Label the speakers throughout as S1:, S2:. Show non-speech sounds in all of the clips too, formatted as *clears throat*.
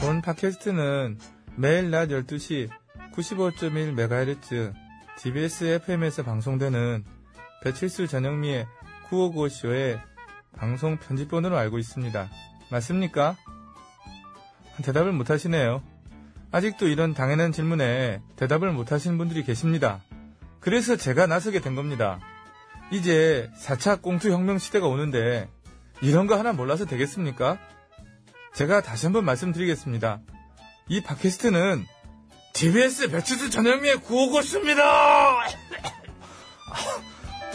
S1: 본 팟캐스트는 매일 낮 12시 95.1MHz TBS FM에서 방송되는 배칠수 전영미의 9595쇼의 방송 편집본으로 알고 있습니다. 맞습니까? 대답을 못하시네요. 아직도 이런 당연한 질문에 대답을 못하시는 분들이 계십니다. 그래서 제가 나서게 된 겁니다. 이제 4차 공투 혁명 시대가 오는데 이런 거 하나 몰라서 되겠습니까? 제가 다시 한번 말씀드리겠습니다. 이 팟캐스트는 TBS 배치수 전현미의 구호고수입니다!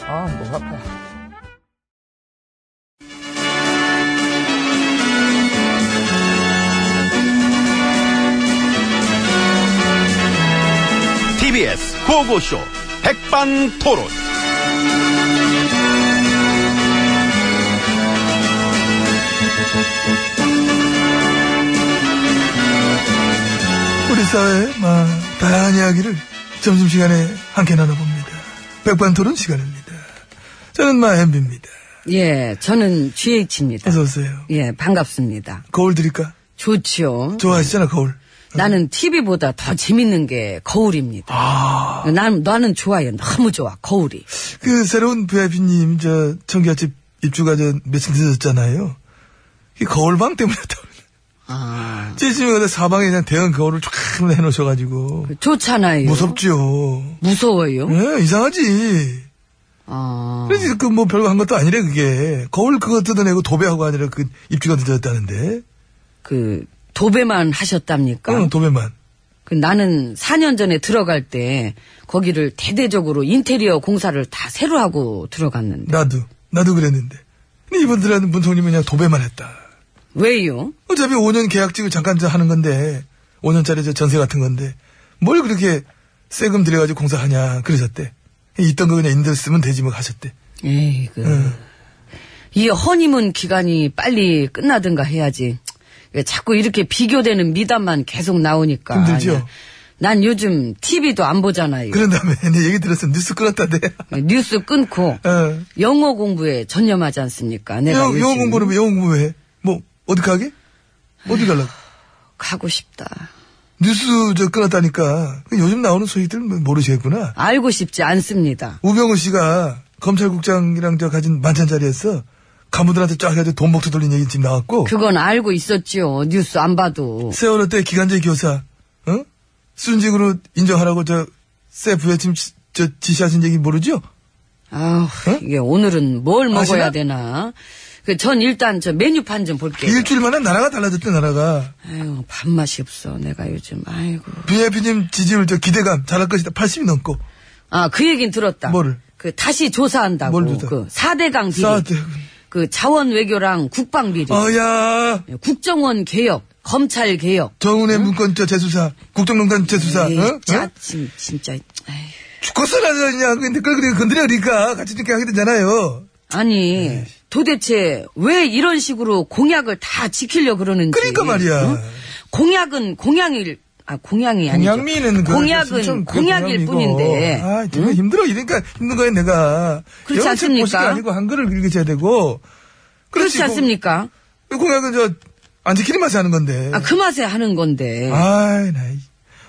S1: 아, 목 아파.
S2: TBS 고고쇼 백반토론.
S3: 우리 사회의 막, 다양한 이야기를 점심시간에 함께 나눠봅니다. 백반토론 시간입니다. 저는 마 엠비입니다.
S4: 예, 저는 GH입니다.
S3: 어서오세요.
S4: 예, 반갑습니다.
S3: 거울 드릴까?
S4: 좋지요.
S3: 좋아하시잖아 거울.
S4: 나는 TV보다 더 재밌는 게 거울입니다.
S3: 아.
S4: 난, 나는 좋아요. 너무 좋아, 거울이.
S3: 그 새로운 VIP님 저 청계집 입주가 저 며칠 늦었잖아요. 이 거울방 때문이었다고.
S4: 아,
S3: 찌심이 근데 사방에 그냥 대형 거울을 쫙 해놓으셔가지고
S4: 좋잖아요.
S3: 무섭지요.
S4: 무서워요.
S3: 예, 이상하지.
S4: 아,
S3: 그래서 그 뭐 별거 한 것도 아니래 그게 거울 그거 뜯어내고 도배하고 아니라 그 입주가 늦었다는데.
S4: 그, 도배만 하셨답니까?
S3: 응, 도배만.
S4: 그 나는 4년 전에 들어갈 때 거기를 대대적으로 인테리어 공사를 다 새로 하고 들어갔는데.
S3: 나도 나도 그랬는데. 근데 이분들은 문통님은 그냥 도배만 했다.
S4: 왜요?
S3: 어차피 5년 계약직을 잠깐 저 하는 건데, 5년짜리 저 전세 같은 건데, 뭘 그렇게 세금 들여가지고 공사하냐, 그러셨대. 있던 거 그냥 인들 쓰면 되지 뭐 하셨대.
S4: 에이그.
S3: 음.
S4: 이 허니문 기간이 빨리 끝나든가 해야지. 왜 자꾸 이렇게 비교되는 미담만 계속 나오니까.
S3: 힘들죠?
S4: 아니야. 난 요즘 TV도 안 보잖아요.
S3: 그런 다음에 *laughs* 내 얘기 들었으면 뉴스 끊었다대.
S4: 뉴스 끊고
S3: 어.
S4: 영어 공부에 전념하지 않습니까? 내가
S3: 영어,
S4: 요즘
S3: 영어 공부는 왜 영어 공부 해? 뭐, 어디 가게? 어디 갈라고?
S4: 가고 싶다.
S3: 뉴스 저 끊었다니까. 요즘 나오는 소식들 모르시겠구나.
S4: 알고 싶지 않습니다.
S3: 우병우 씨가 검찰국장이랑 저 가진 만찬 자리에서 간부들한테 쫙 해가지고 돈 먹튀 돌린 얘기 지금 나왔고.
S4: 그건 알고 있었지요. 뉴스 안 봐도.
S3: 세월호 때 기간제 교사, 어? 순직으로 인정하라고 저, 세 부여팀 지- 저 지시하신 얘기 모르죠?
S4: 아,
S3: 어?
S4: 이게 오늘은 뭘 먹어야
S3: 아시나?
S4: 되나? 그 전 일단 저 메뉴판 좀 볼게요.
S3: 그 일주일 만에 나라가 달라졌대, 나라가.
S4: 아유, 밥맛이 없어. 내가 요즘 아이고.
S3: VIP님 지지율 저 기대감 잘할 것이다. 80이 넘고.
S4: 아, 그 얘긴 들었다.
S3: 뭐를?
S4: 그 다시 조사한다고.
S3: 뭘 조사?
S4: 그 4대강 비리.
S3: 사드.
S4: 그 자원 외교랑 국방 비리.
S3: 아,
S4: 예,
S3: 어야.
S4: 국정원 개혁, 검찰 개혁.
S3: 정은의 문건 저 재수사, 국정농단 재수사,
S4: 에이,
S3: 어?
S4: 짜,
S3: 어?
S4: 진- 진짜. 에휴.
S3: 죽었어, 나 그냥. 근데 그걸 그냥 건드려, 그러니까. 같이 이렇게 하게 되잖아요.
S4: 아니, 도대체 왜 이런 식으로 공약을 다 지키려 그러는지.
S3: 그러니까 말이야.
S4: 응? 공약은 공약일, 아, 공약이 아니죠.
S3: 공약미는 그
S4: 공약은 공약일 뿐인데. 음?
S3: 아, 정말 힘들어. 이러니까 힘든 거야, 내가.
S4: 그렇지
S3: 영어 책
S4: 않습니까?
S3: 보시기 아니고 한글을 읽으셔야 되고. 그렇지,
S4: 그렇지
S3: 공-
S4: 않습니까?
S3: 이 공약은 저 안 지키는 맛에 하는 건데.
S4: 아, 그 맛에 하는 건데.
S3: 아이, 나. 이-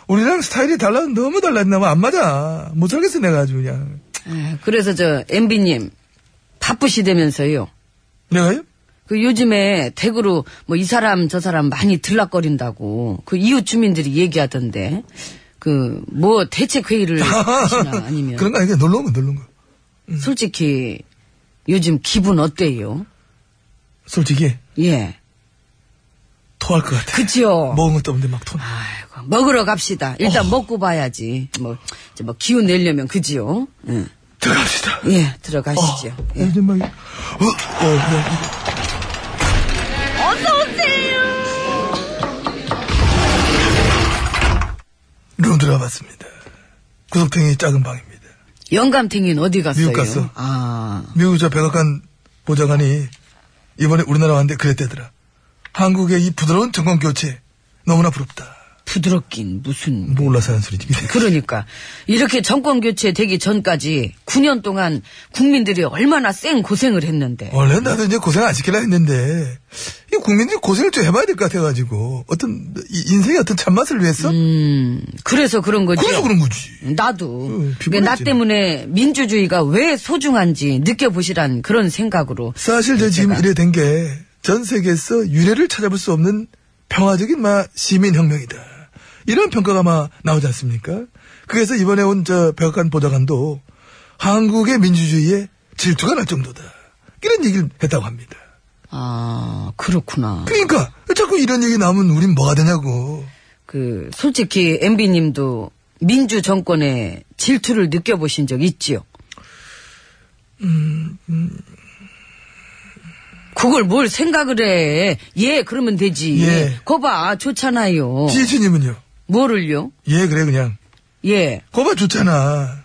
S3: 우리랑 스타일이 달라, 너무 달랐나 봐. 안 맞아. 못 살겠어, 내가 아주 그냥.
S4: 아, 그래서 저 MB님 바쁘시다면서요.
S3: 내가요?
S4: 그 요즘에 댁으로 뭐 이 사람 저 사람 많이 들락거린다고 그 이웃 주민들이 얘기하던데 그 뭐 대책 회의를 하시나
S3: *laughs*
S4: 아니면
S3: 그런 거 아니야. 놀러 온 거, 놀러 온 거.
S4: 솔직히 요즘 기분 어때요?
S3: 솔직히,
S4: 예,
S3: 토할 것 같아.
S4: 그죠.
S3: 먹은 것도 없는데 막 토.
S4: 아이고, 먹으러 갑시다. 일단 먹고 봐야지. 뭐, 이제 뭐 기운 내려면 그지요. 응.
S3: 들어갑시다.
S4: 예, 들어가시죠. 예.
S3: 요즘 아, 막, 어, 어, 어. 룸 들어가봤습니다. 구석탱이 작은 방입니다.
S4: 영감탱이는 어디 갔어요?
S3: 미국 갔어.
S4: 아,
S3: 미국 저 백악관 보좌관이 이번에 우리나라 왔는데 그랬대더라. 한국의 이 부드러운 정권 교체 너무나 부럽다.
S4: 부드럽긴 무슨.
S3: 몰라서 하는 소리지.
S4: 그러니까 이렇게 정권 교체 되기 전까지 9년 동안 국민들이 얼마나 쌩 고생을 했는데
S3: 어. 원래 나도 이제 고생 안 시키려 했는데 이 국민들이 고생을 좀 해봐야 될 것 같아가지고 어떤 이- 인생의 어떤 참맛을 위해서
S4: 음, 그래서 그런 거지.
S3: 그래서 그런 거지.
S4: 나도.
S3: 어, 피곤했지.
S4: 그러니까 나 때문에 민주주의가 왜 소중한지 느껴보시란 그런 생각으로.
S3: 사실 저 지금 이래 된 게 전 세계에서 유례를 찾아볼 수 없는 평화적인 마 시민혁명이다. 이런 평가가 막 나오지 않습니까? 그래서 이번에 온 저 백악관 보좌관도 한국의 민주주의에 질투가 날 정도다. 이런 얘기를 했다고 합니다.
S4: 아, 그렇구나.
S3: 그러니까 자꾸 이런 얘기 나오면 우린 뭐가 되냐고.
S4: 그, 솔직히 MB님도 민주 정권의 질투를 느껴보신 적 있지요? 그걸 뭘 생각을 해. 예, 그러면 되지.
S3: 예.
S4: 거봐, 좋잖아요.
S3: 지혜진님은요?
S4: 뭐를요?
S3: 예 그래 그냥.
S4: 예.
S3: 거봐 좋잖아.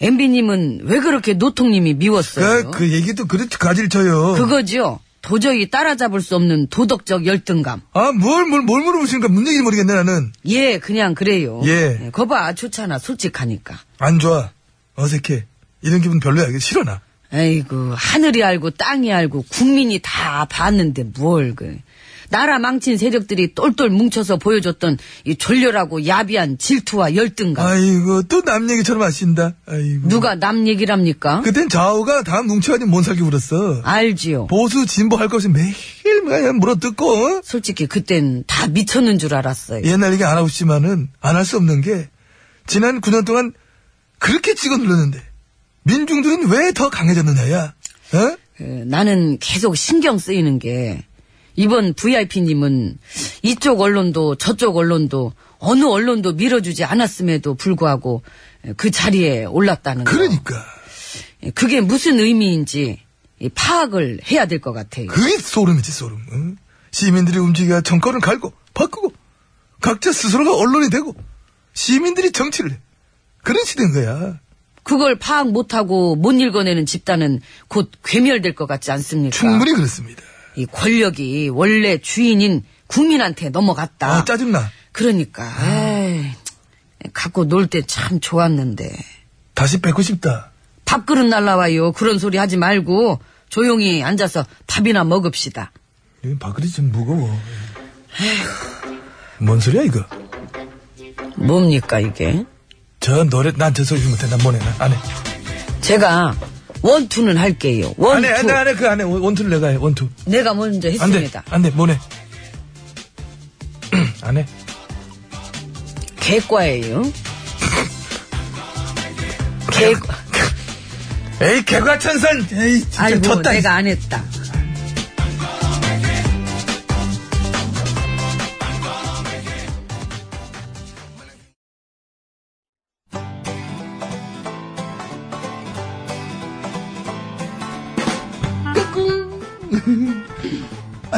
S4: MB님은 왜 그렇게 노통님이 미웠어요?
S3: 그, 어. 그 얘기도 그렇게 가지를 쳐요.
S4: 그거지요. 도저히 따라잡을 수 없는 도덕적 열등감.
S3: 아, 뭘, 뭘, 뭘 물어보시니까 뭔 얘기인지 모르겠네, 나는.
S4: 예, 그냥 그래요.
S3: 예.
S4: 거봐, 좋잖아. 솔직하니까.
S3: 안 좋아. 어색해. 이런 기분 별로야. 이거 싫어, 나.
S4: 아이고, 하늘이 알고 땅이 알고 국민이 다 봤는데 뭘 그. 나라 망친 세력들이 똘똘 뭉쳐서 보여줬던 이 졸렬하고 야비한 질투와 열등감.
S3: 아이고, 또 남 얘기처럼 아신다. 아이고.
S4: 누가 남 얘기랍니까?
S3: 그땐 좌우가 다 뭉쳐가지고 못 살기
S4: 아.
S3: 울었어.
S4: 알지요.
S3: 보수, 진보 할 거 없이 매일 그냥 물어뜯고, 어?
S4: 솔직히 그땐 다 미쳤는 줄 알았어요.
S3: 옛날 얘기 안 하고 싶지만은, 안 할 수 없는 게, 지난 9년 동안 그렇게 찍어 눌렀는데, 민중들은 왜 더 강해졌느냐야. 어?
S4: 그, 나는 계속 신경 쓰이는 게 이번 VIP님은 이쪽 언론도 저쪽 언론도 어느 언론도 밀어주지 않았음에도 불구하고 그 자리에 올랐다는 거.
S3: 그러니까.
S4: 예, 그게 무슨 의미인지 이 파악을 해야 될 것 같아요.
S3: 그게 소름이지 소름. 응? 시민들이 움직여 정권을 갈고 바꾸고 각자 스스로가 언론이 되고 시민들이 정치를 해. 그런 시대인 거야.
S4: 그, 걸 파악 못하고 못 읽어내는 집단은 곧 괴멸될 것 같지 않습니까?
S3: 충분히 그렇습니다.
S4: 이 권력이 원래 주인인 국민한테 넘어갔다.
S3: 아, 짜증나. 아.
S4: 그러니까 에이, 갖고 놀 때 참 좋았는데
S3: 다시 뵙고 싶다.
S4: 밥그릇 날라와요. 그런 소리 하지 말고 조용히 앉아서 밥이나 먹읍시다.
S3: 여기 밥그릇이 좀 무거워. 뭔 소리야 이거?
S4: 뭡니까 이게?
S3: 저 노래 난 저 소리 못해. 난 뭐네. 난안 해.
S4: 제가 원투는 할게요.
S3: 안
S4: 원투.
S3: 해. 안 해. 안 해. 그안 해. 원- 원투를 내가 해. 원투.
S4: 내가 먼저
S3: 안 돼.
S4: 했습니다.
S3: 안 돼.
S4: *clears throat*
S3: 뭐네. 안 해.
S4: 개과예요. 개과.
S3: 에이 개과천선. 에이 아, 진짜
S4: 아이고
S3: 졌다.
S4: 내가 안 했다.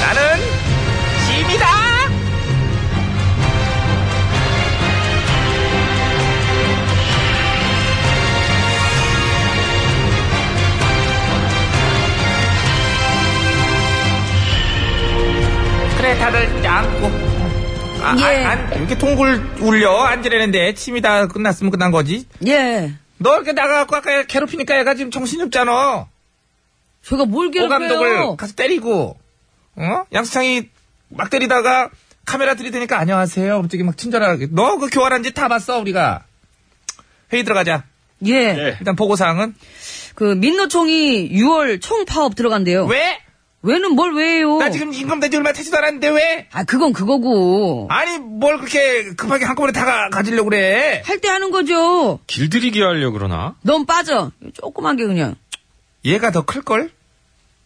S2: 나는 짐이다. 그래 다들 앉고. 아,
S4: 예.
S2: 아, 안, 이렇게 통굴 울려 앉으려는데 침이 다 끝났으면 끝난 거지.
S4: 예.
S2: 너 이렇게 나가갖고 아까 괴롭히니까 얘가 지금 정신이 없잖아.
S4: 제가 뭘
S2: 어, 오감독을 가서 때리고, 어? 양수창이 막 때리다가 카메라 들이대니까 안녕하세요. 갑자기 막 친절하게. 너 그 교환한 짓 다 봤어, 우리가. 회의 들어가자.
S4: 예.
S5: 네.
S2: 일단 보고사항은
S4: 그 민노총이 6월 총 파업 들어간대요.
S2: 왜?
S4: 왜는 뭘 왜요?
S5: 어.
S2: 나 지금 임금 단지 얼마 되지도 않았는데 왜?
S4: 아 그건 그거고
S2: 아니 뭘 그렇게 급하게 한꺼번에 다 가, 가지려고 그래?
S4: 할 때 하는 거죠.
S5: 길들이기 하려 그러나?
S4: 넌 빠져. 조그만 게 그냥.
S2: 얘가 더 클 걸?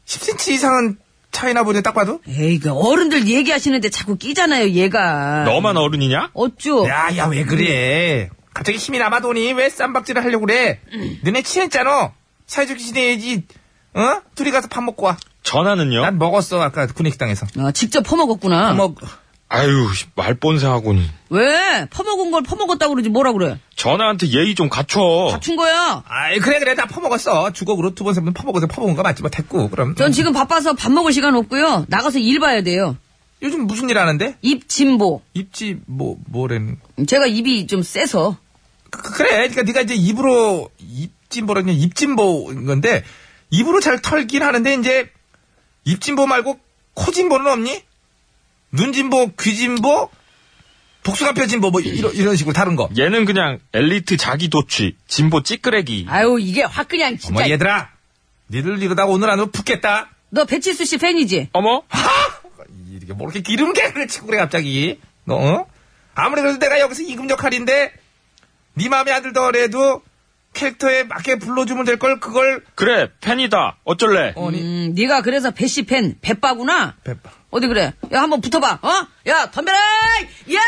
S2: 10cm 이상은 차이나 보네 딱 봐도.
S4: 에이 그 어른들 얘기하시는데 자꾸 끼잖아요 얘가.
S5: 너만 어른이냐?
S4: 어쭈?
S2: 야 야 왜 그래? 갑자기 힘이 남아도니 왜 쌈박질을 하려고 그래? 너네 친했잖아. 사이좋게 지내야지. 어? 둘이 가서 밥 먹고 와.
S5: 전화는요?
S2: 난 먹었어 아까 군익당에서.
S4: 아, 직접 퍼먹었구나.
S2: 먹.
S5: 아유, 말본세하고는.
S4: 왜? 퍼먹은 걸 퍼먹었다고 그러지 뭐라 그래?
S5: 전화한테 예의 좀 갖춰.
S2: 어.
S4: 다춘 거야.
S2: 아이 그래 그래 나 퍼먹었어. 주걱으로 두 번 세 번 퍼먹어서 퍼먹은 거 맞지 뭐 됐고 그럼.
S4: 전 지금 바빠서 밥 먹을 시간 없고요. 나가서 일 봐야 돼요.
S2: 요즘 무슨 일 하는데?
S4: 입 진보.
S2: 입지 뭐 뭐라는.
S4: 제가 입이 좀 세서.
S2: 그, 그- 그래. 그러니까 네가 이제 입으로 입진보라는 게 입진보인 건데 입으로 잘 털긴 하는데 이제 입진보 말고 코진보는 없니? 눈진보, 귀진보, 복숭아 뼈진보 뭐 이런 이런 식으로 다른 거.
S5: 얘는 그냥 엘리트 자기 도취, 진보 찌끄레기.
S4: 아유 이게 확 그냥
S2: 어머
S4: 진짜.
S2: 뭐 얘들아, 니들 이러다가 오늘 안으로 붙겠다.
S4: 너 배칠수 씨 팬이지?
S5: 어머?
S2: 이렇게 뭐 이렇게 기름개를 치고 그래 갑자기. 너 어? 아무리 그래도 내가 여기서 이금 역할인데 네 마음에 안 들더라도 캐릭터에 맞게 불러주면 될 걸 그걸
S5: 그래, 팬이다. 어쩔래?
S2: 어니
S4: 음, 네가 그래서 배 씨 팬, 배빠구나.
S2: 배빠.
S4: 어디 그래? 야 한번 붙어봐. 어? 야 덤벼라! 야!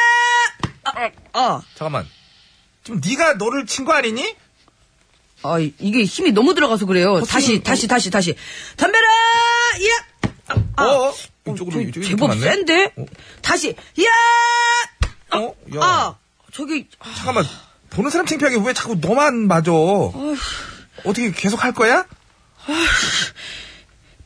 S4: 아, 어.
S2: 잠깐만. 지금 네가 너를 친 거 아니니?
S4: 아, 이게 힘이 너무 들어가서 그래요. 다시, 다시, 다시, 다시. 덤벼라! 야! 아,
S2: 어? 이쪽으로 이쪽이
S4: 제법 센데? 다시, 야!
S2: 어? 야.
S4: 아! 저기, 아,
S2: 잠깐만. 보는 사람 창피하게 왜 자꾸 너만 맞아? 어떻게 계속 할 거야?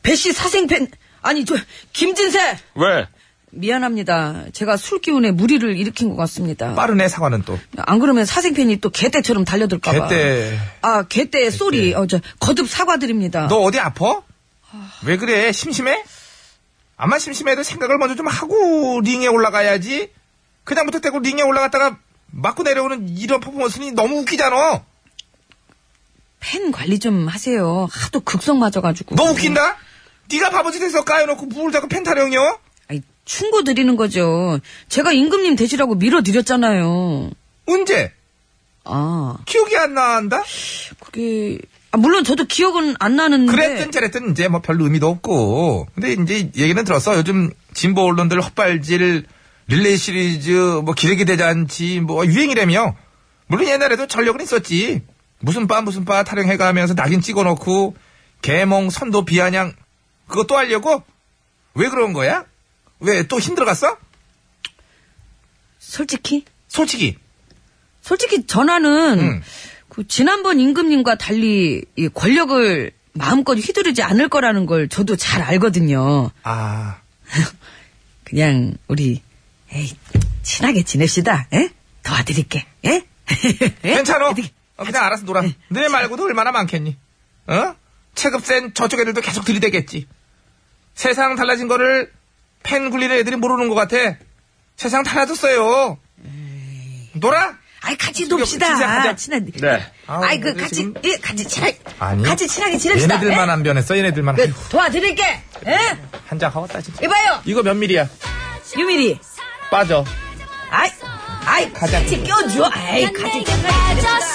S4: 배씨 사생팬, 아니, 저, 김진세!
S5: 왜?
S4: 미안합니다. 제가 술 기운에 무리를 일으킨 것 같습니다.
S2: 빠르네 사과는 또.
S4: 안 그러면 사생팬이 또 개떼처럼 달려들까봐.
S2: 개떼.
S4: 아, 개떼, 쏘리. 어, 저, 거듭 사과드립니다.
S2: 너 어디 아파? 왜 그래? 심심해? 아마 심심해도 생각을 먼저 좀 하고 링에 올라가야지. 그냥 무턱대고 링에 올라갔다가 맞고 내려오는 이런 퍼포먼스는 너무 웃기잖아.
S4: 팬 관리 좀 하세요. 하도 극성 맞아가지고.
S2: 너 웃긴다? 네가 바보짓해서 까여놓고 물을 자꾸 펜 타령이요?
S4: 아니, 충고 드리는 거죠. 제가 임금님 되시라고 밀어드렸잖아요.
S2: 언제?
S4: 아,
S2: 기억이 안 나한다?
S4: 그게, 아, 물론 저도 기억은 안 나는데.
S2: 그랬든 저랬든 이제 뭐 별로 의미도 없고. 근데 이제 얘기는 들었어. 요즘 진보 언론들 헛발질, 릴레이 시리즈, 뭐 기레기 대잔치, 뭐 유행이라며. 물론 옛날에도 전력은 있었지. 무슨 바 무슨 바 타령해가면서 낙인 찍어놓고 개몽, 선도, 비아냥 그거 또 하려고? 왜 그런 거야? 왜 또 힘들어갔어?
S4: 솔직히?
S2: 솔직히
S4: 솔직히 전화는,
S2: 음.
S4: 그 지난번 임금님과 달리 이 권력을 마음껏 휘두르지 않을 거라는 걸 저도 잘 알거든요.
S2: 아
S4: 그냥, 우리, 에이, 친하게 지냅시다, 예? 도와드릴게, 예? *laughs* 예?
S2: 괜찮아.
S4: 어떻게-
S2: 어, 그냥 알아서 놀아. 너네 말고도 얼마나 많겠니? 어? 체급 센 저쪽 애들도 계속 들이대겠지. 세상 달라진 거를 팬 굴리는 애들이 모르는 것 같아. 세상 달라졌어요. 놀아?
S4: 아이 같이 놉시다.
S2: 진짜 가자.
S4: 친한.
S5: 네.
S4: 아이 그
S2: 근데
S4: 같이
S2: 지금-
S4: 예, 같이 친하게
S2: 아니.
S4: 같이 친하게 지냅시다. 예?
S2: 안 변했어. 얘네들만.
S4: 그, 도와드릴게. 예?
S2: 한장 하웠다 진짜.
S4: 이봐요.
S2: 이거 몇 밀이야?
S4: 유미리.
S2: 빠져.
S4: 아이 아이 같이 껴줘. 아이 같이 친하게 지냅시다.